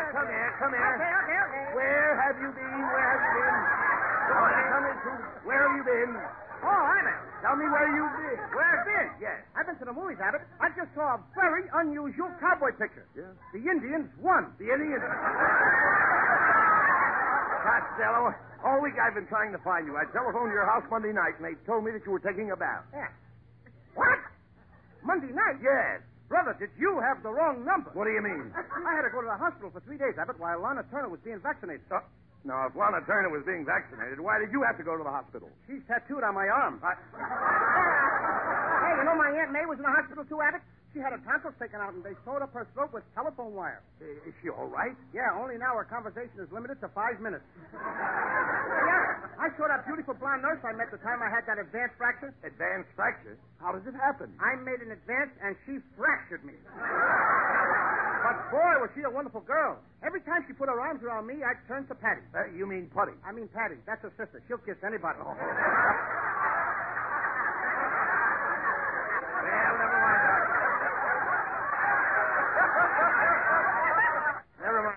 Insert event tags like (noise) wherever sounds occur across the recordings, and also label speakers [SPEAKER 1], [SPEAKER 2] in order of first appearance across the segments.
[SPEAKER 1] Come here.
[SPEAKER 2] Okay, okay, okay.
[SPEAKER 1] Where have you been? Where have you been? Come on, come in, too. Where have you been?
[SPEAKER 2] Oh, I know.
[SPEAKER 1] Tell me where you've been.
[SPEAKER 2] Where I've been?
[SPEAKER 1] Yes.
[SPEAKER 2] I've been to the movies, Abbott. I just saw a very unusual cowboy picture.
[SPEAKER 1] Yeah.
[SPEAKER 2] The Indians won.
[SPEAKER 1] The Indians. Costello, all week I've been trying to find you. I telephoned your house Monday night, and they told me that you were taking a bath.
[SPEAKER 2] Yeah. What? Monday night?
[SPEAKER 1] Yes.
[SPEAKER 2] Brother, did you have the wrong number?
[SPEAKER 1] What do you mean?
[SPEAKER 2] I had to go to the hospital for three days, Abbott, while Lana Turner was being vaccinated.
[SPEAKER 1] Uh, now, if Lana Turner was being vaccinated, why did you have to go to the hospital?
[SPEAKER 2] She's tattooed on my arm.
[SPEAKER 1] I...
[SPEAKER 2] Hey, you know my Aunt May was in the hospital too, Abbott? She had her tonsils taken out and they sewed up her throat with telephone wire.
[SPEAKER 1] Is she all right?
[SPEAKER 2] Yeah, only now our conversation is limited to five minutes. (laughs) yeah, I saw that beautiful blonde nurse I met the time I had that advanced fracture.
[SPEAKER 1] Advanced fracture? How does it happen?
[SPEAKER 2] I made an advance and she fractured me. (laughs) but boy, was she a wonderful girl. Every time she put her arms around me, I'd turn to Patty.
[SPEAKER 1] Uh, you mean putty.
[SPEAKER 2] I mean Patty. That's her sister. She'll kiss anybody.
[SPEAKER 1] Oh. Well, never mind. (laughs) Doc. never mind.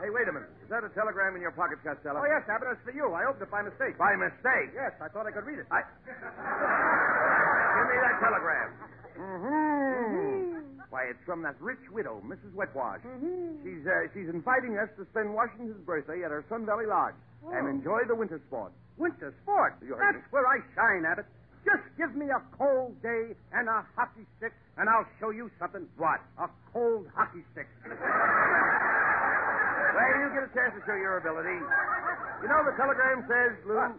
[SPEAKER 1] Hey, wait a minute. Is that a telegram in your pocket, Costello?
[SPEAKER 2] oh, yes, Abbott, it's for you. I opened it by mistake.
[SPEAKER 1] By mistake.
[SPEAKER 2] Yes, I thought I could read it.
[SPEAKER 1] I... (laughs) Give me that telegram. Mm-hmm. Why, it's from that rich widow, Mrs. Wetwash.
[SPEAKER 2] Mm-hmm.
[SPEAKER 1] She's uh, she's inviting us to spend Washington's birthday at her Sun Valley Lodge and enjoy the winter sports.
[SPEAKER 2] Winter sport.
[SPEAKER 1] You heard
[SPEAKER 2] Oh. That's
[SPEAKER 1] me.
[SPEAKER 2] where I shine, Abbott. Just give me a cold day and a hockey stick, and I'll show you (laughs) something.
[SPEAKER 1] What?
[SPEAKER 2] A cold hockey
[SPEAKER 1] (laughs)
[SPEAKER 2] stick.
[SPEAKER 1] Well, you get a chance to show your ability. You know, the telegram says, Lou,
[SPEAKER 2] What?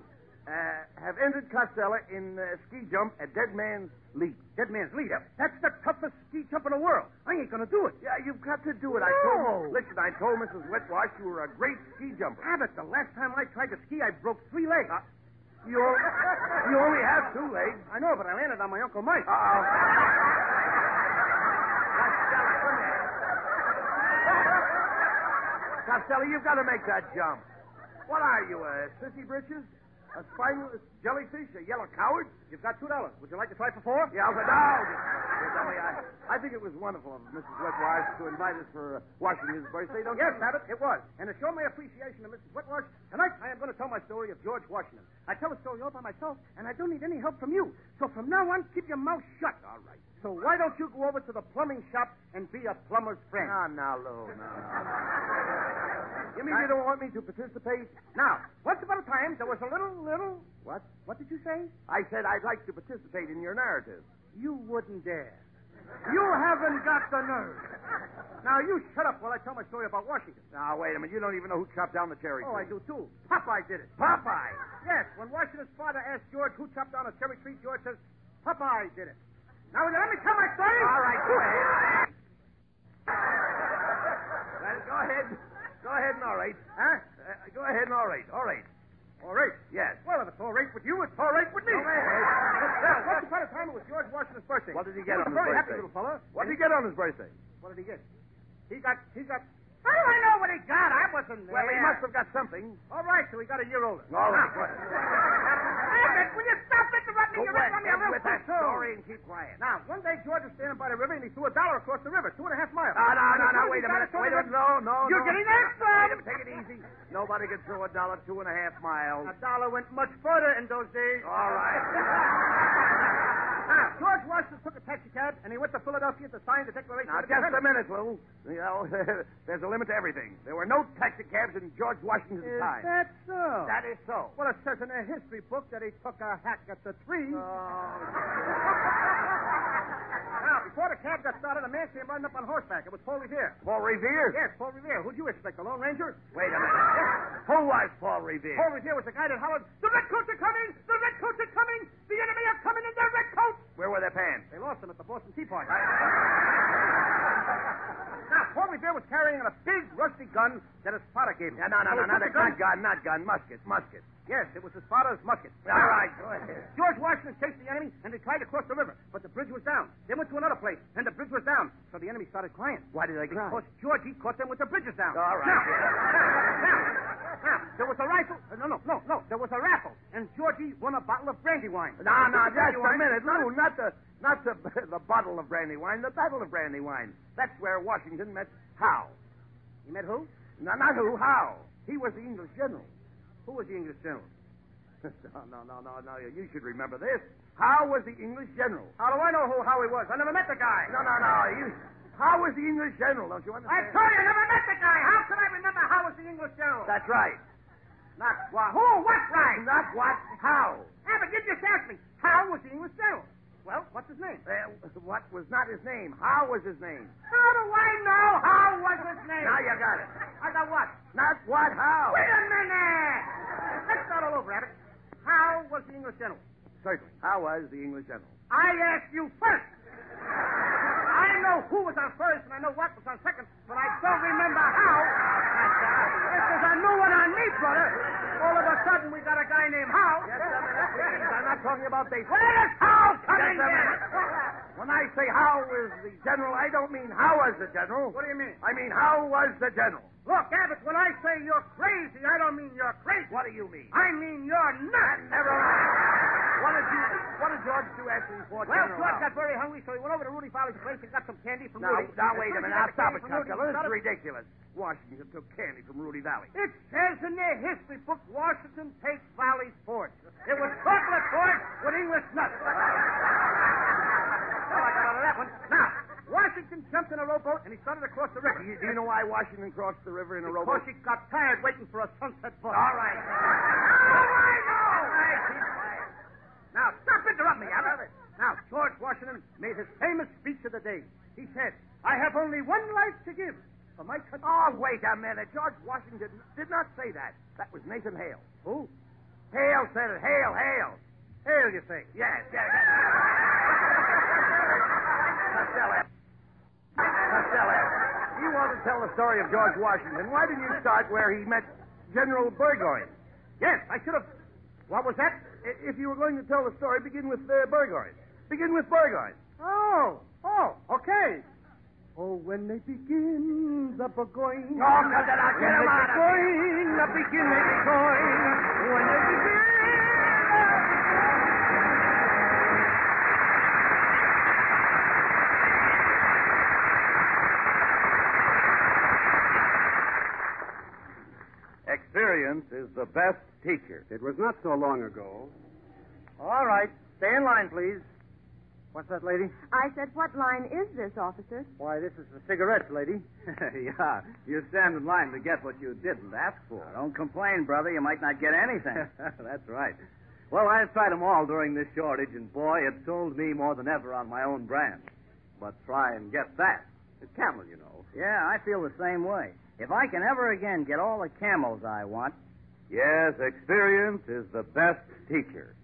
[SPEAKER 1] uh, have entered Costello in uh, ski jump at Dead Man's Leap.
[SPEAKER 2] Dead man's lead. That's the toughest ski jump in the world. I ain't gonna do it.
[SPEAKER 1] Yeah, you've got to do it. I
[SPEAKER 2] No.
[SPEAKER 1] told. Listen, I told Mrs. Wetwash you were a great ski jumper. Uh,
[SPEAKER 2] Abbott, the last time I tried to ski, I broke three legs.
[SPEAKER 1] You, you only have two legs.
[SPEAKER 2] I know, but I landed on my Uncle Mike.
[SPEAKER 1] Uh-oh. Costello, you've got to make that jump. What are you, a sissy britches? A spineless jellyfish? A yellow coward?
[SPEAKER 2] You've got two dollars. Would you like to try for four?
[SPEAKER 1] Yeah, but now. I, I think it was
[SPEAKER 2] uh,
[SPEAKER 1] wonderful of Mrs. Wetwise to invite us for uh, Washington's birthday, don't
[SPEAKER 2] Yes,
[SPEAKER 1] you?
[SPEAKER 2] Abbott, it was. And to show my appreciation to Mrs. Whitwash, tonight I am going to tell my story of George Washington. I tell the story all by myself, and I don't need any help from you. So from now on, keep your mouth shut. All right. So why don't you go over to the plumbing shop and be a plumber's friend?
[SPEAKER 1] No, no, Lou, no, no. You mean you don't want me to participate?
[SPEAKER 2] Now, once upon a time, there was a little, little.
[SPEAKER 1] What?
[SPEAKER 2] What did you say?
[SPEAKER 1] I said I'd like to participate in your narrative.
[SPEAKER 2] You wouldn't dare. You haven't got the nerve. Now, you shut up while I tell my story about Washington.
[SPEAKER 1] Now, wait a minute. You don't even know who chopped down the cherry
[SPEAKER 2] Oh,
[SPEAKER 1] tree.
[SPEAKER 2] I do too. Popeye did it.
[SPEAKER 1] Popeye.
[SPEAKER 2] Yes, when Washington's father asked George who chopped down a cherry tree, George says, Popeye did it. Now, will you let me tell my story?
[SPEAKER 1] All right, go ahead. well, go ahead. Go ahead and all right.
[SPEAKER 2] Huh?
[SPEAKER 1] Uh, go ahead and all right. All right.
[SPEAKER 2] All right.
[SPEAKER 1] Yes.
[SPEAKER 2] Well, if it's all right with you, it's all right with me.
[SPEAKER 1] Go ahead.
[SPEAKER 2] Now, once upon a time, it was George Washington's birthday.
[SPEAKER 1] What did he get
[SPEAKER 2] was
[SPEAKER 1] on his
[SPEAKER 2] a very happy
[SPEAKER 1] birthday?
[SPEAKER 2] little fella.
[SPEAKER 1] What did he get on his birthday?
[SPEAKER 2] What did he get? He got, he got... How do I know what he got? I wasn't there.
[SPEAKER 1] Well, he must have got something.
[SPEAKER 2] All right, so he got a year older.
[SPEAKER 1] All right. Go
[SPEAKER 2] Abbott, will you stop interrupting?
[SPEAKER 1] Go
[SPEAKER 2] You're interrupting me a
[SPEAKER 1] ahead
[SPEAKER 2] real
[SPEAKER 1] with that
[SPEAKER 2] quick.
[SPEAKER 1] story and keep quiet.
[SPEAKER 2] Now, one day George was standing by the river and he threw a dollar across the river, two and a half miles.
[SPEAKER 1] No, no, no, no,
[SPEAKER 2] And he
[SPEAKER 1] wait a
[SPEAKER 2] got
[SPEAKER 1] minute.
[SPEAKER 2] it from
[SPEAKER 1] Wait a
[SPEAKER 2] the
[SPEAKER 1] minute. No, no,
[SPEAKER 2] You're
[SPEAKER 1] no.
[SPEAKER 2] getting that from.
[SPEAKER 1] Wait a minute. (laughs) Take it easy. Nobody can throw a dollar two and a half miles.
[SPEAKER 2] river. A dollar went much further in those days.
[SPEAKER 1] All right.
[SPEAKER 2] Now, Uh-huh. George Washington took a taxi cab and he went to Philadelphia to sign the Declaration
[SPEAKER 1] Now,
[SPEAKER 2] of
[SPEAKER 1] just a
[SPEAKER 2] Independence.
[SPEAKER 1] minute, Lou. You know, (laughs) there's a limit to everything. There were no taxicabs in George Washington's time.
[SPEAKER 2] Is that so?
[SPEAKER 1] That is so.
[SPEAKER 2] Well, it says in their history book that he took a hack at the tree.
[SPEAKER 1] Oh.
[SPEAKER 2] (laughs) Now, before the cab got started, a man came running up on horseback. It was Paul Revere.
[SPEAKER 1] Paul Revere?
[SPEAKER 2] Yes, Paul Revere. Who'd you expect, the Lone Ranger?
[SPEAKER 1] Wait a (laughs) minute. Who was Paul Revere?
[SPEAKER 2] Paul Revere was the guy that hollered, The redcoats are coming! The redcoats are coming! The enemy are coming in their redcoats!
[SPEAKER 1] Where were their pants? (laughs)
[SPEAKER 2] They lost him at the Boston Tea Party.
[SPEAKER 1] I-
[SPEAKER 2] Now, Portly Bear was carrying a big rusty gun that his father gave him.
[SPEAKER 1] No, no, no,
[SPEAKER 2] So
[SPEAKER 1] no, no,
[SPEAKER 2] he took the
[SPEAKER 1] that's not gun, not gun. Musket, musket.
[SPEAKER 2] Yes, it was his father's musket.
[SPEAKER 1] All right, go ahead.
[SPEAKER 2] George Washington chased the enemy, and they tried to cross the river, but the bridge was down. They went to another place, and the bridge was down, so the enemy started crying.
[SPEAKER 1] Why did I cry?
[SPEAKER 2] Because George, he caught them with the bridges down.
[SPEAKER 1] All right.
[SPEAKER 2] Now, now, now, now, there was a rifle. uh, No, no, no, no. There was a raffle, and Georgie won a bottle of brandy wine.
[SPEAKER 1] No, no, just a
[SPEAKER 2] Brandywine.
[SPEAKER 1] minute. No, not the not the (laughs) the bottle of brandy wine, the battle of brandy wine. That's where Washington met Howe.
[SPEAKER 2] You met who?
[SPEAKER 1] No, not who, Howe. He was the English general.
[SPEAKER 2] Who was the English general?
[SPEAKER 1] (laughs) no, no, no, no, no. You should remember this. Howe was the English general.
[SPEAKER 2] How do I know who Howie was? I never met the guy.
[SPEAKER 1] No, no, no. You, Howe was the English general. Don't you
[SPEAKER 2] I
[SPEAKER 1] understand?
[SPEAKER 2] told you, I never met the guy. How could I remember Howe was the English general?
[SPEAKER 1] That's right. Not what?
[SPEAKER 2] Who? What right?
[SPEAKER 1] Not what? Howe.
[SPEAKER 2] Yeah, but you just asked me. Howe was the English general. Well, what's his name?
[SPEAKER 1] Uh, what was not his name? Howe was his name.
[SPEAKER 2] How do I know Howe was his name?
[SPEAKER 1] Now you got it.
[SPEAKER 2] I got what?
[SPEAKER 1] Not what? Howe.
[SPEAKER 2] Wait a minute! Let's start all over, Abbott. Howe was the English general.
[SPEAKER 1] Certainly. Howe was the English general.
[SPEAKER 2] I asked you first. I know who was on first and I know what was on second, but I don't remember how. This is a new one on me, brother. All of a sudden, we got a guy named Howe.
[SPEAKER 1] Just a minute, please. I'm not talking about dates.
[SPEAKER 2] Where is Howe coming
[SPEAKER 1] Just a
[SPEAKER 2] in?
[SPEAKER 1] minute. When I say how was the general, I don't mean how was the general.
[SPEAKER 2] What do you mean?
[SPEAKER 1] I mean how was the general.
[SPEAKER 2] Look, Abbott, when I say you're crazy, I don't mean you're crazy.
[SPEAKER 1] What do you mean?
[SPEAKER 2] I mean you're nuts.
[SPEAKER 1] Never mind. What did you? What did George do after he fought
[SPEAKER 2] Well,
[SPEAKER 1] General
[SPEAKER 2] George
[SPEAKER 1] Howe?
[SPEAKER 2] got very hungry, so he went over to Rudy Fowler's place and got some candy from
[SPEAKER 1] Now,
[SPEAKER 2] Rudy.
[SPEAKER 1] now wait a minute.
[SPEAKER 2] As soon as he got
[SPEAKER 1] Now
[SPEAKER 2] the
[SPEAKER 1] stop
[SPEAKER 2] candy
[SPEAKER 1] it,
[SPEAKER 2] from
[SPEAKER 1] Costello.
[SPEAKER 2] Rudy, he
[SPEAKER 1] This is
[SPEAKER 2] started-
[SPEAKER 1] ridiculous. Washington took candy from Rudy Valley.
[SPEAKER 2] It says in their history book, Washington takes Valley Forge. It was chocolate forge with English
[SPEAKER 1] (laughs)
[SPEAKER 2] nuts.
[SPEAKER 1] Oh,
[SPEAKER 2] well, I got out of that one. Now, Washington jumped in a rowboat and he started across the river.
[SPEAKER 1] Do you, do you know why Washington crossed the river in a
[SPEAKER 2] Because
[SPEAKER 1] rowboat?
[SPEAKER 2] he got tired waiting for a sunset bus.
[SPEAKER 1] All right.
[SPEAKER 2] Now, stop interrupting me, Abbott. Now, George Washington made his famous speech of the day. He said, I have only one life to give for my country.
[SPEAKER 1] Oh, wait a minute. George Washington did not say that. That was Nathan Hale.
[SPEAKER 2] Who?
[SPEAKER 1] Hale said it. Hale, Hale.
[SPEAKER 2] Hale, you say.
[SPEAKER 1] Yes, yes. Costello. Costello. You want to tell the story of George Washington. Why didn't you start where he met General Burgoyne?
[SPEAKER 2] Yes, I should have. What was that?
[SPEAKER 1] I- If you were going to tell the story, begin with uh, Burgoyne. Begin with Burgoyne.
[SPEAKER 2] Oh, oh, okay. Oh, when they begin the Burgoyne.
[SPEAKER 1] Oh, come on, get him out of here.
[SPEAKER 2] Burgoyne, the begin they Burgoyne. When they begin.
[SPEAKER 3] Experience is the best teacher.
[SPEAKER 4] It was not so long ago.
[SPEAKER 2] All right, stay in line, please.
[SPEAKER 4] What's that, lady?
[SPEAKER 5] I said, What line is this, officer?
[SPEAKER 2] Why, this is the cigarette, lady.
[SPEAKER 3] (laughs) yeah, you stand in line to get what you didn't ask for. don't complain, brother. You might not get anything. (laughs) That's right. Well, I've tried them all during this shortage, and boy, it sold me more than ever on my own brand. But try and get that. It's camel, you know.
[SPEAKER 6] Yeah, I feel the same way. If I can ever again get all the camels I want,
[SPEAKER 3] Yes, experience is the best teacher.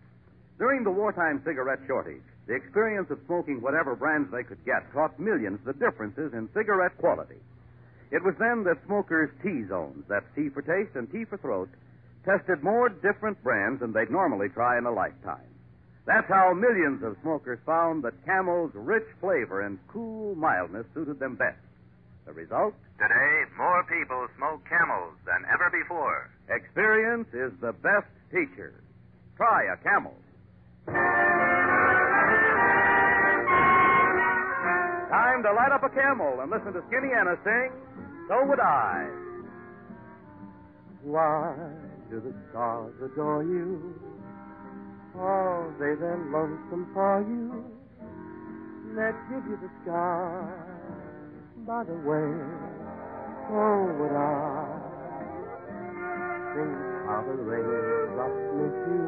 [SPEAKER 3] During the wartime cigarette shortage, the experience of smoking whatever brands they could get taught millions the differences in cigarette quality. It was then that smokers' T zones, that's T for taste and T for throat, tested more different brands than they'd normally try in a lifetime. That's how millions of smokers found that Camel's rich flavor and cool mildness suited them best. The result?
[SPEAKER 7] Today, more people smoke camels than ever before.
[SPEAKER 3] Experience is the best teacher. Try a camel. Time to light up a camel and listen to Skinny Anna sing, So Would I.
[SPEAKER 4] Why do the stars adore you? Are they then lonesome for you? Let's give you the sky. By the way, oh, would I think how the raindrops miss you?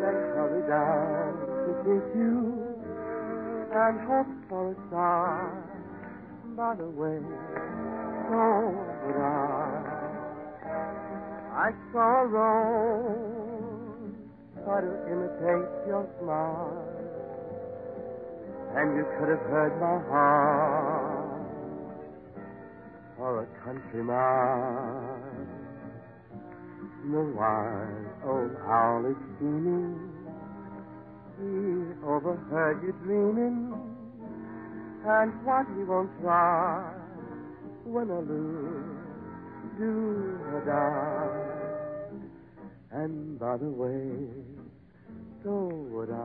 [SPEAKER 4] Let's hurry down to kiss you and hope for a sign. By the way, oh, would I? I saw a rose try to imitate your smile, and you could have heard my heart for a country mile. The wise old owl is steaming. He overheard you dreaming, and what he won't try when I lose, do or die. And by the way, so would I.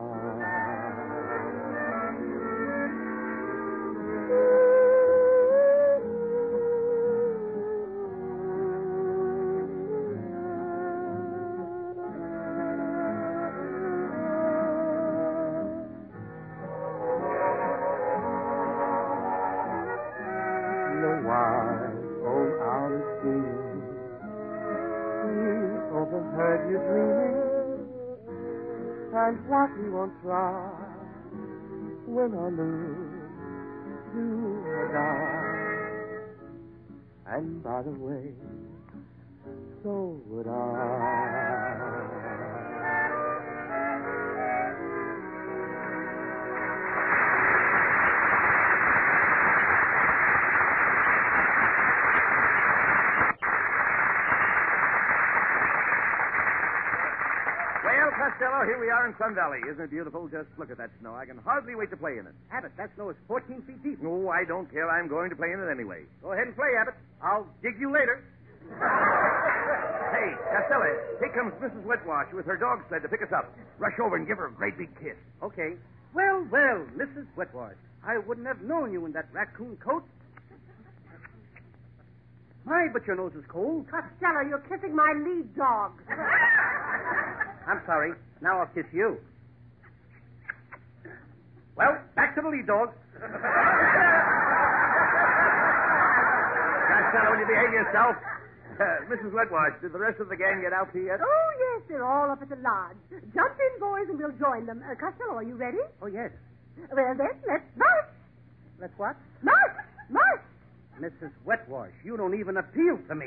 [SPEAKER 4] the wise old out of steam. He overheard you dreaming, and what he won't try when I lose, you or die. And by the way, so would I.
[SPEAKER 1] Well, Costello, here we are in Sun Valley. Isn't it beautiful? Just look at that snow. I can hardly wait to play in it.
[SPEAKER 2] Abbott, that snow is 14 feet deep.
[SPEAKER 1] No, I don't care. I'm going to play in it anyway.
[SPEAKER 2] Go ahead and play, Abbott. I'll dig you later.
[SPEAKER 1] Hey, Costello, here comes Mrs. Wetwash with her dog sled to pick us up. Rush over and give her a great big kiss.
[SPEAKER 2] Okay. Well, well, Mrs. Wetwash, I wouldn't have known you in that raccoon coat. My, but your nose is cold.
[SPEAKER 5] Costello, you're kissing my lead dog.
[SPEAKER 2] I'm sorry. Now I'll kiss you. Well, back to the lead dog.
[SPEAKER 1] Costello, will you behave (laughs) yourself? Uh, Mrs. Wetwash, did the rest of the gang get out here yet?
[SPEAKER 5] (laughs) oh, yes, they're all up at the lodge. Jump in, boys, and we'll join them. Uh, Costello, are you ready?
[SPEAKER 2] Oh, yes.
[SPEAKER 5] Well, then, let's march.
[SPEAKER 2] Let's what?
[SPEAKER 5] March! March!
[SPEAKER 2] Mrs. Wetwash, you don't even appeal to me.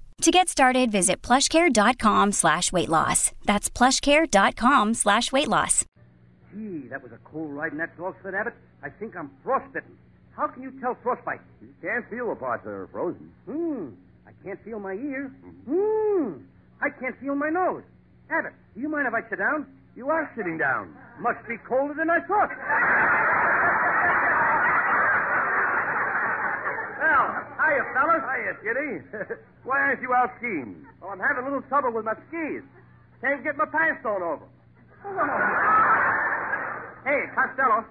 [SPEAKER 8] To get started, visit plushcare.com slash weight loss. That's plushcare.com slash weight loss.
[SPEAKER 2] Gee, that was a cool ride in that dog sled, Abbott. I think I'm frostbitten. How can you tell frostbite?
[SPEAKER 1] You can't feel the parts that are frozen. Mm-hmm.
[SPEAKER 2] Hmm. I can't feel my ear. Hmm. I can't feel my nose. Abbott, do you mind if I sit down?
[SPEAKER 1] You are sitting down.
[SPEAKER 2] Must be colder than I thought. well, hiya, fellas.
[SPEAKER 1] Hiya, Kitty. (laughs) Why aren't you out skiing?
[SPEAKER 2] Oh, I'm having a little trouble with my skis. Can't get my pants
[SPEAKER 1] (laughs)
[SPEAKER 2] sewn over. hey, Costello,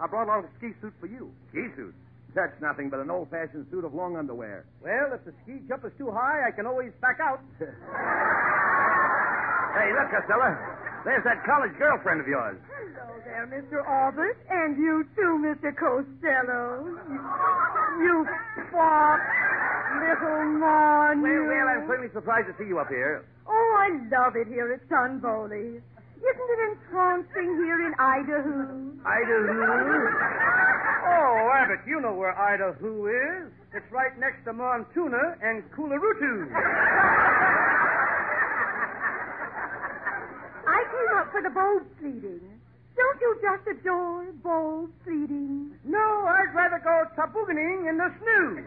[SPEAKER 2] I brought along a ski suit for you.
[SPEAKER 1] Ski suit. That's nothing but an old-fashioned suit of long underwear.
[SPEAKER 2] Well, if the ski jump is too high, I can always back out.
[SPEAKER 1] Hey, look, Costello. There's that college girlfriend of yours.
[SPEAKER 5] Hello there, Mr. Albert, and you too, Mr. (laughs) Costello. You, you fop, little mon.
[SPEAKER 1] Well,
[SPEAKER 5] you.
[SPEAKER 1] (laughs) well, I'm certainly surprised to see you up here.
[SPEAKER 5] Oh, I love it here at Sunbowley. Isn't it entrancing here in Idaho?
[SPEAKER 1] I do.
[SPEAKER 2] oh, Abbott, you know where Idaho is. It's right next to Montuna and Kularutu.
[SPEAKER 5] I came up for the bold pleading. Don't you just adore bold pleading?
[SPEAKER 2] No, I'd rather go tobogganing in the snow.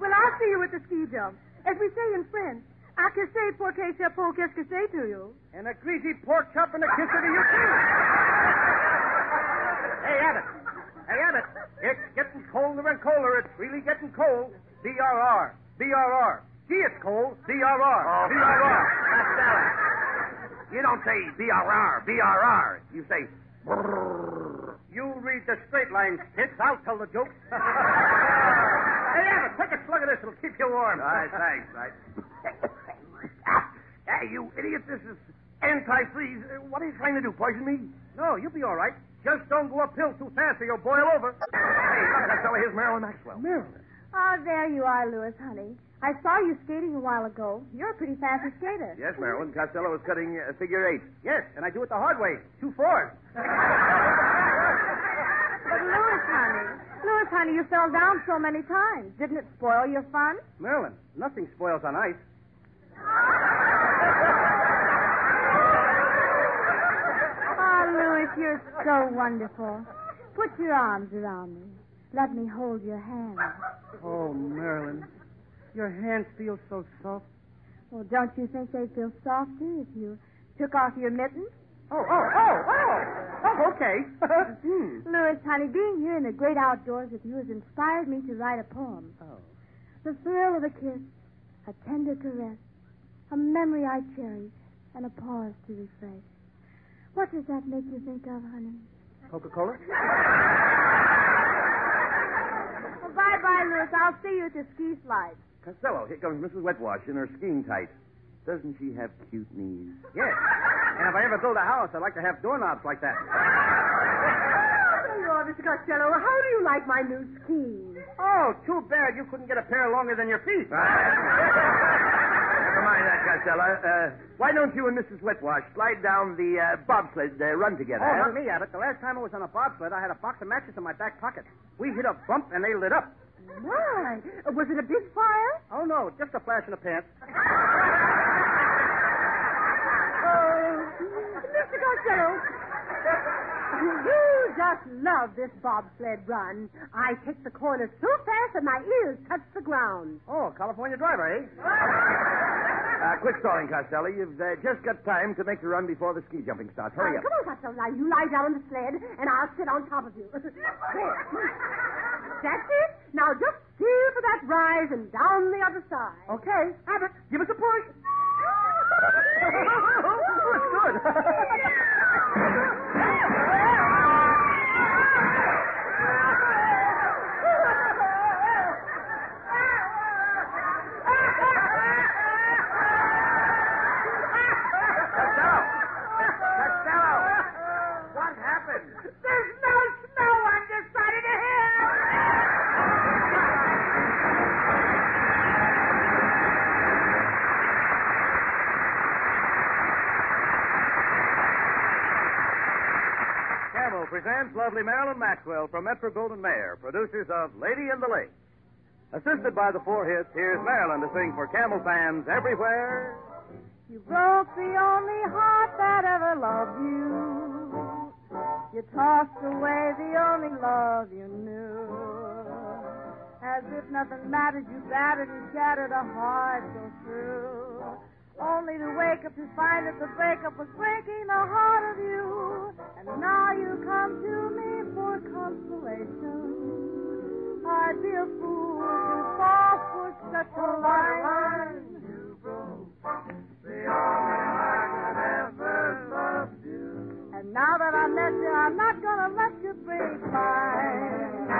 [SPEAKER 5] Well, I'll see you at the ski jump. As we say in French, à que c'est pour que c'est pour qu'est-ce que c'est to you?
[SPEAKER 2] And a greasy pork chop and a kiss to you, too. hey, Abbott. Hey, Abbott. It's getting colder and colder. It's really getting cold. BRR. BRR. Gee, it's cold. BRR.
[SPEAKER 1] Oh,
[SPEAKER 2] BRR.
[SPEAKER 1] Costello. You don't say BRR, BRR. You say brrr.
[SPEAKER 2] You read the straight lines, Pitts. I'll tell the jokes. (laughs) hey, Abbott, take a slug of this. It'll keep you warm.
[SPEAKER 1] Aye, thanks. (laughs) I... hey, you idiot. This is anti-freeze. Uh, What are you trying to do, poison me?
[SPEAKER 2] No, you'll be all right. Just don't go uphill too fast or you'll boil over.
[SPEAKER 1] Hey, look at that fella. Here's Marilyn Maxwell.
[SPEAKER 2] Marilyn.
[SPEAKER 5] Oh, there you are, Louis, honey. I saw you skating a while ago. You're a pretty fast skater.
[SPEAKER 1] Yes, Marilyn. Costello was cutting uh, figure eight.
[SPEAKER 2] Yes, and I do it the hard way. Two fours.
[SPEAKER 5] But Louis, honey, Louis, honey, you fell down so many times. Didn't it spoil your fun?
[SPEAKER 2] Marilyn, nothing spoils on ice.
[SPEAKER 5] Oh, Louis, you're so wonderful. Put your arms around me. Let me hold your hand.
[SPEAKER 2] Oh, Marilyn, your hands feel so soft.
[SPEAKER 5] Well, don't you think they'd feel softer if you took off your mittens?
[SPEAKER 2] Oh, oh, oh, oh. Oh, okay. (laughs) Hmm.
[SPEAKER 5] Louis, honey, being here in the great outdoors with you has inspired me to write a poem.
[SPEAKER 2] Oh.
[SPEAKER 5] The thrill of a kiss, a tender caress, a memory I cherish, and a pause to refresh. What does that make you think of, honey?
[SPEAKER 2] Coca-Cola?
[SPEAKER 5] (laughs) Well, bye-bye, Louis. I'll see you at the ski slide.
[SPEAKER 1] Costello, here comes Mrs. Wetwash in her skiing tights. Doesn't she have cute knees?
[SPEAKER 2] Yes. And if I ever build a house, I'd like to have doorknobs like that.
[SPEAKER 9] Oh, Mr. Costello, how do you like my new skis?
[SPEAKER 2] Oh, too bad you couldn't get a pair longer than your feet.
[SPEAKER 1] Never mind that, Costello. Uh, why don't you and Mrs. Wetwash slide down the uh, bobsled uh, run together?
[SPEAKER 2] Oh,
[SPEAKER 1] huh?
[SPEAKER 2] not me, Abbott. The last time I was on a bobsled, I had a box of matches in my back pocket. We hit a bump and they lit up.
[SPEAKER 9] Why? Was it a big fire?
[SPEAKER 2] Oh, no, just a flash in the pants.
[SPEAKER 9] Oh,
[SPEAKER 1] Uh,
[SPEAKER 9] Mr. Costello. You just love this bobsled run. I hit the corner so fast that my ears touch the ground.
[SPEAKER 2] Oh, California driver, eh?
[SPEAKER 1] Uh, quick stalling, Costello. You've uh, just got time to make the run before the ski jumping starts. Hurry
[SPEAKER 9] Now, Uh,
[SPEAKER 1] up.
[SPEAKER 9] come on, Costello. Now, you lie down on the sled, and I'll sit on top
[SPEAKER 1] (laughs)
[SPEAKER 9] of you. there. That's it. Now, just steer for that rise and down the other side.
[SPEAKER 2] Okay, Abbott, give us a (laughs) push.
[SPEAKER 1] Costello! What happened?
[SPEAKER 9] There's no snow on this side of the hill.
[SPEAKER 3] Camel presents lovely Marilyn Maxwell from Metro Golden Mayer, producers of Lady in the Lake. Assisted by the four hits, here's Marilyn to sing for Camel fans everywhere.
[SPEAKER 5] You broke the only heart that ever loved you. You tossed away the only love you knew. As if nothing mattered, you battered and shattered a heart so true. Only to wake up to find that the breakup was breaking the heart of you. And now you come to me for consolation. I'd be a fool to fall for such a line. And now that I met you, I'm not gonna let you break mine.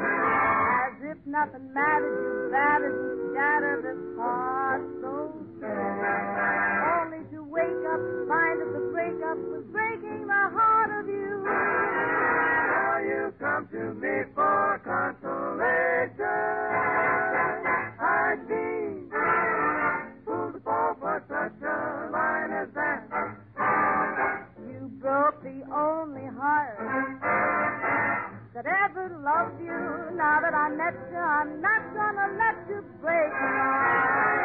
[SPEAKER 5] As if nothing mattered, you battered and shattered this heart so sad. Only to wake up and find that the breakup was breaking the heart of you. Now you come to me for consolation. I'd be fooled to fall for such a line as that. You broke the only heart that ever loved you. Now that I met you, I'm not gonna let you break.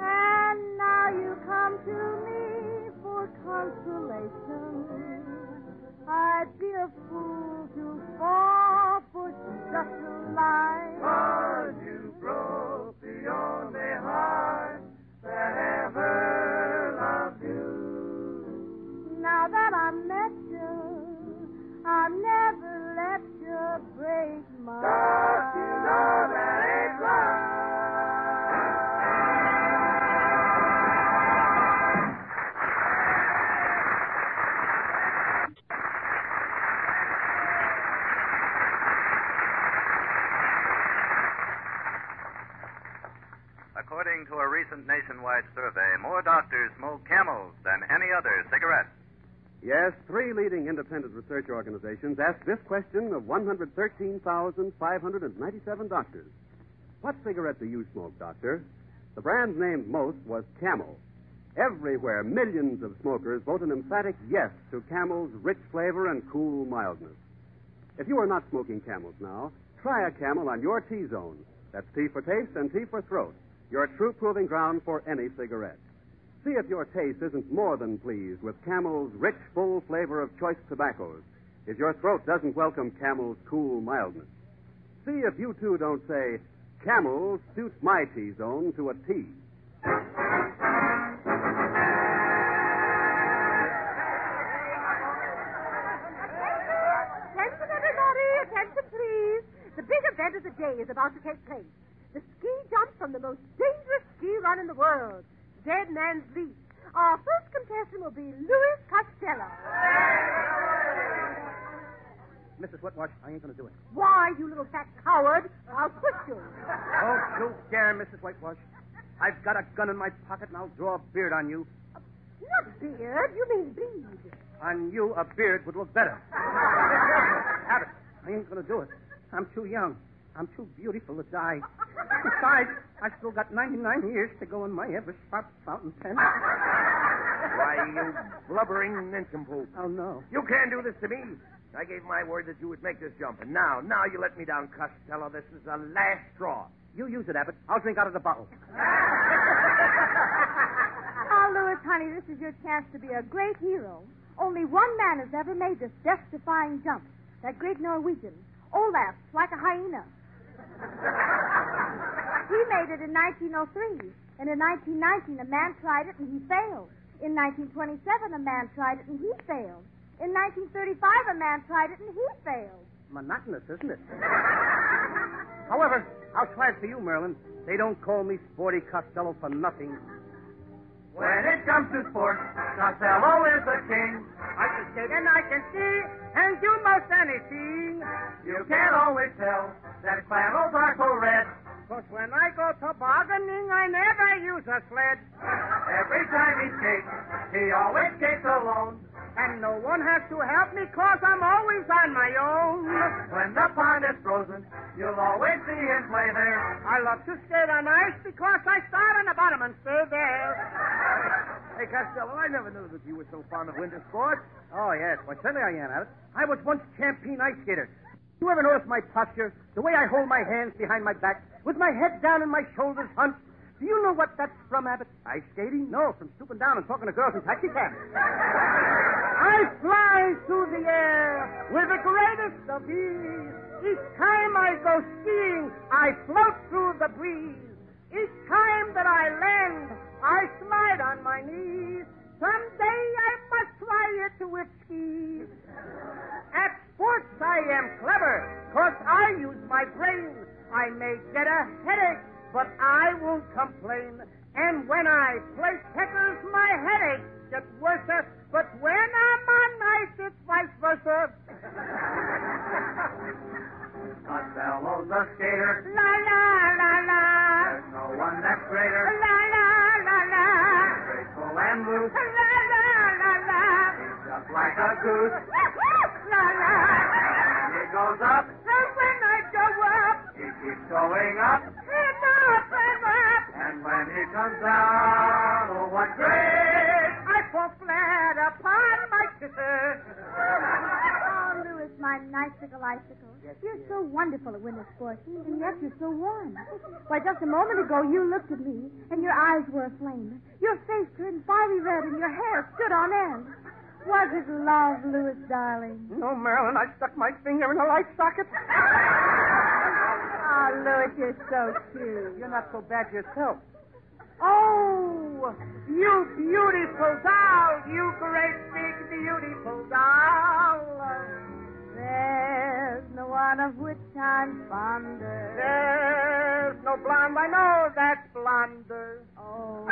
[SPEAKER 5] And now you come to me for consolation. I'd be a fool to fall for such a lie. you broke the only heart that ever loved you. Now that I met you, I'll never let you break my heart. you know that ain't right?
[SPEAKER 7] recent nationwide survey, more doctors smoke camels than any other cigarette.
[SPEAKER 10] Yes, three leading independent research organizations asked this question of 113,597 doctors. What cigarette do you smoke, doctor? The brand named most was Camel. Everywhere, millions of smokers vote an emphatic yes to Camel's rich flavor and cool mildness. If you are not smoking Camels now, try a Camel on your T-zone. That's T for taste and T for throat, your true proving ground for any cigarette. See if your taste isn't more than pleased with Camel's rich, full flavor of choice tobaccos, if your throat doesn't welcome Camel's cool mildness. See if you too don't say, Camel suits my T zone to a T.
[SPEAKER 9] Attention, everybody! Attention, please! The big event of the day is about to take place. The ski jump from the most dangerous ski run in the world, Dead Man's Leap. Our first contestant will be Louis Costello.
[SPEAKER 2] Mrs. Wetwash, I ain't going to do it.
[SPEAKER 9] Why, you little fat coward? I'll quit you.
[SPEAKER 2] Oh, you dare, Mrs. Whitewash. I've got a gun in my pocket, and I'll draw a beard on you.
[SPEAKER 9] Not beard. You mean bleed.
[SPEAKER 2] On you, a beard would look better. Have it. I ain't going to do it. I'm too young. I'm too beautiful to die. Besides, I've still got 99 years to go in my ever sharp fountain pen.
[SPEAKER 1] Why, you blubbering nincompoop.
[SPEAKER 2] Oh, no.
[SPEAKER 1] You can't do this to me. I gave my word that you would make this jump, and now, now you let me down, Costello. This is the last straw.
[SPEAKER 2] You use it, Abbott. I'll drink out of the bottle.
[SPEAKER 5] Oh, Louis, honey, this is your chance to be a great hero. Only one man has ever made this death-defying jump. That great Norwegian, Olaf, like a
[SPEAKER 2] (laughs)
[SPEAKER 5] hyena. he made it in 1903, and in 1919 a man tried it and he failed. In 1927 a man tried it and he failed. In 1935 a man tried it and he failed.
[SPEAKER 2] Monotonous, isn't it? (laughs) However, I'll try it for you, Merlin. They don't call me Sporty Costello for nothing.
[SPEAKER 7] When it comes to sports, Costello is the king.
[SPEAKER 2] I can skate and I can ski and do most anything.
[SPEAKER 7] You can always tell that flannels are correct.
[SPEAKER 2] Cause when I go tobogganing, I never use a sled.
[SPEAKER 7] Every time he skates, he always skates alone.
[SPEAKER 2] And no one has to help me cause I'm always on my own.
[SPEAKER 7] When the pond is frozen, you'll always see him play there.
[SPEAKER 2] I love to skate on ice because I start on the bottom and stay there.
[SPEAKER 1] Hey, Costello, I never knew that you were so fond of winter sports.
[SPEAKER 2] Oh, yes. Why, certainly I am, Abbott. I was once champion ice skater. You ever notice my posture? The way I hold my hands behind my back, with my head down and my shoulders hunched? Do you know what that's from, Abbott? Ice skating? No, from stooping down and talking to girls in taxicabs. I fly through the air with the greatest of ease. Each time I go skiing, I float through the breeze. Each time that I land, I slide on my knees. Someday I must try it with skis. At sports, I am clever, cause I use my brain. I may get a headache, but I won't complain. And when I play checkers, my headache gets worse. But when I'm on ice, it's vice versa.
[SPEAKER 7] Costello's a skater.
[SPEAKER 2] La la la la.
[SPEAKER 7] There's no one that's greater.
[SPEAKER 2] La la la la.
[SPEAKER 7] Graceful and loose,
[SPEAKER 2] La la la la.
[SPEAKER 7] just like a goose.
[SPEAKER 2] La la.
[SPEAKER 7] He goes up,
[SPEAKER 2] And when I go up,
[SPEAKER 7] he keeps going up,
[SPEAKER 2] and up and up,
[SPEAKER 7] and when he comes down, oh, what great!
[SPEAKER 2] I fall flat upon my kisser.
[SPEAKER 5] (laughs) Oh, Louis, my icicle icicle. you're so wonderful at winter sports, and yet you're so warm. Why, just a moment ago you looked at me, and your eyes were aflame. Your face turned fiery red, and your hair stood on end. Was it love, Louis, darling?
[SPEAKER 2] No, Marilyn, I stuck my finger in a light
[SPEAKER 5] (laughs)
[SPEAKER 2] socket.
[SPEAKER 5] Oh, Louis, you're so cute.
[SPEAKER 2] You're not so bad yourself.
[SPEAKER 5] Oh,
[SPEAKER 2] You beautiful doll, you great big beautiful doll.
[SPEAKER 5] there's no one of which I'm fonder.
[SPEAKER 2] There's no blonde I know that's blonder.
[SPEAKER 5] Oh,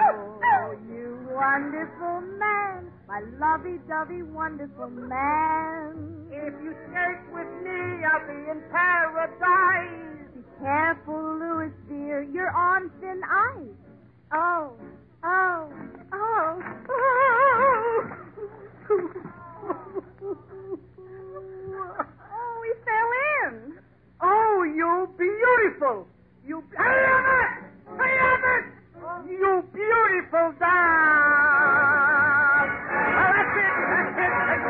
[SPEAKER 5] you wonderful man, my lovey-dovey wonderful man.
[SPEAKER 2] If you skate with me, I'll be in paradise.
[SPEAKER 5] Careful, Louis, dear. You're on thin ice. Oh, oh, oh, oh. (laughs) Oh, he fell in.
[SPEAKER 2] Oh, you beautiful! You. I love it! I love it! You beautiful dog! Oh, that's it! That's it! That's it!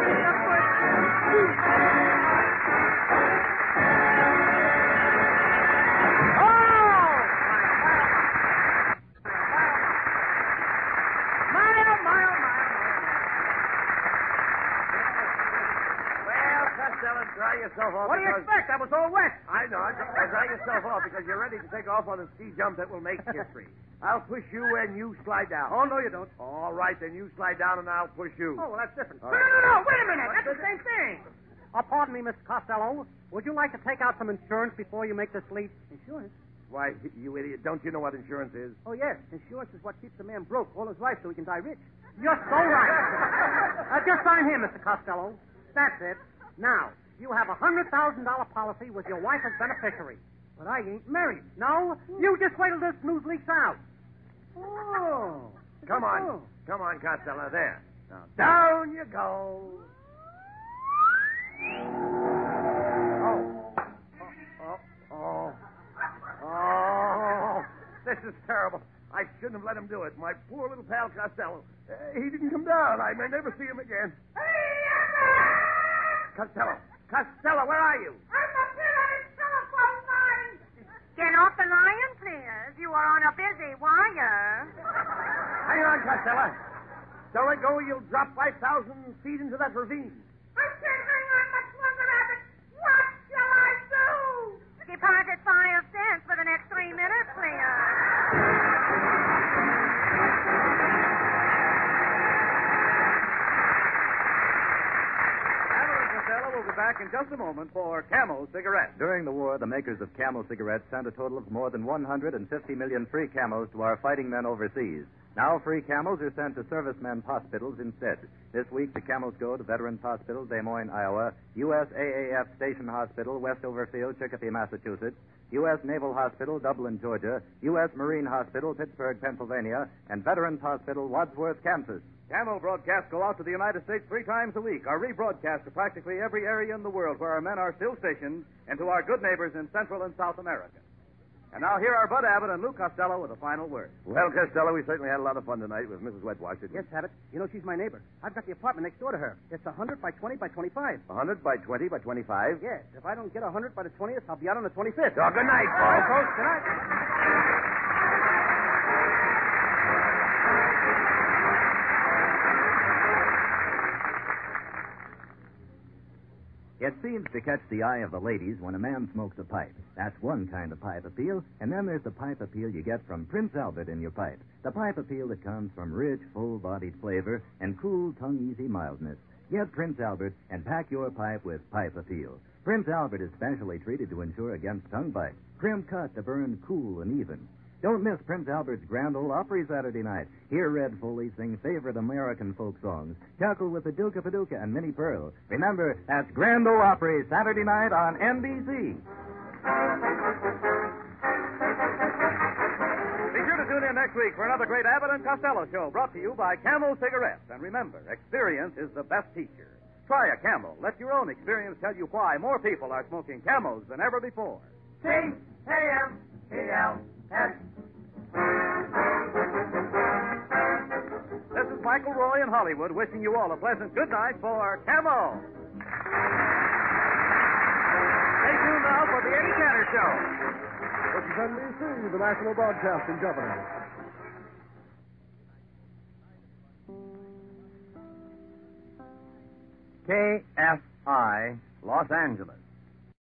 [SPEAKER 2] That's it! Oh! My, oh, my, oh, my.
[SPEAKER 1] Well, Costello, dry yourself
[SPEAKER 6] Oh,
[SPEAKER 1] off.
[SPEAKER 2] What do you
[SPEAKER 1] because-
[SPEAKER 2] expect? I was all wet.
[SPEAKER 1] I know. I just
[SPEAKER 2] (laughs)
[SPEAKER 1] dry yourself off because you're ready to take off on a ski jump that will make history. I'll push you and you slide down.
[SPEAKER 2] Oh, no, you don't.
[SPEAKER 1] All right, then you slide down and I'll push you.
[SPEAKER 2] Oh, well, that's different.
[SPEAKER 1] All
[SPEAKER 2] No,
[SPEAKER 1] right.
[SPEAKER 2] no, no, wait a minute. That's the same thing.
[SPEAKER 6] Oh, pardon me, Miss Costello. Would you like to take out some insurance before you make this leap?
[SPEAKER 2] Insurance?
[SPEAKER 1] Why, you idiot, don't you know what insurance is?
[SPEAKER 2] Oh, yes. Insurance is what keeps a man broke all his life so he can die rich. You're so right.
[SPEAKER 6] Uh, just sign here, Mr. Costello. That's it. Now, you have a $100,000 policy with your wife as beneficiary.
[SPEAKER 2] but I ain't married.
[SPEAKER 6] No? You just wait till this news leaks out.
[SPEAKER 2] Oh.
[SPEAKER 1] Come on.
[SPEAKER 2] Oh.
[SPEAKER 1] Come on, Costello. There. Now, down you go. Oh. Oh. Oh. Oh. oh. This is terrible. I shouldn't have let him do it. My poor little pal Costello. Uh, he didn't come down. I may never see him again. Costello. Costello, where are you?
[SPEAKER 5] I'm up here on his telephone line. Get off the line, please. You are on a busy wire.
[SPEAKER 1] Hang on, Costello. Don't let go. You'll drop 5,000 feet into that ravine.
[SPEAKER 5] I can't hang on much longer, Abbott. What shall I do? Deposit five cents for the next three minutes, please.
[SPEAKER 3] Abbott and Costello will be back in just a moment for Camel Cigarettes.
[SPEAKER 11] During the war, the makers of Camel cigarettes sent a total of more than 150 million free Camels to our fighting men overseas. Now free Camels are sent to servicemen's hospitals instead. This week, the Camels go to Veterans Hospital, Des Moines, Iowa, USAAF Station Hospital, Westover Field, Chicopee, Massachusetts, U.S. Naval Hospital, Dublin, Georgia, U.S. Marine Hospital, Pittsburgh, Pennsylvania, and Veterans Hospital, Wadsworth, Kansas.
[SPEAKER 3] Camel broadcasts go out to the United States three times a week, are rebroadcast to practically every area in the world where our men are still stationed, and to our good neighbors in Central and South America. And now here are Bud Abbott and Lou Costello with a final word.
[SPEAKER 1] Well, Costello, we certainly had a lot of fun tonight with Mrs. Wetwash, didn't
[SPEAKER 2] Yes, Abbott. You know, she's my neighbor. I've got the apartment next door to her. It's 100 by 20 by 25.
[SPEAKER 1] we? 100 by 20 by 25?
[SPEAKER 2] Yes. If I don't get 100 by the 20th, I'll be out on the 25th.
[SPEAKER 1] Oh, good night, folks.
[SPEAKER 2] folks. Good night.
[SPEAKER 11] It seems to catch the eye of the ladies when a man smokes a pipe. That's one kind of pipe appeal. And then there's the pipe appeal you get from Prince Albert in your pipe. The pipe appeal that comes from rich, full bodied flavor and cool, tongue easy mildness. Get Prince Albert and pack your pipe with pipe appeal. Prince Albert is specially treated to ensure against tongue bite. Trim cut to burn cool and even. Don't miss Prince Albert's Grand Ole Opry Saturday night. Hear Red Foley sing favorite American folk songs. Chuckle with the Duca Paducah and Minnie Pearl. Remember, that's Grand Ole Opry Saturday night on NBC.
[SPEAKER 3] Be sure to tune in next week for another great Abbott and Costello show brought to you by Camel Cigarettes. And remember, experience is the best teacher. Try a Camel. Let your own experience tell you why more people are smoking Camels than ever before.
[SPEAKER 7] C-A-M-E-L-S.
[SPEAKER 3] This is Michael Roy in Hollywood wishing you all a pleasant good night for Camel. Stay tuned now for the Eddie Cantor Show.
[SPEAKER 4] This is NBC, the National Broadcasting Company.
[SPEAKER 3] KFI, Los Angeles.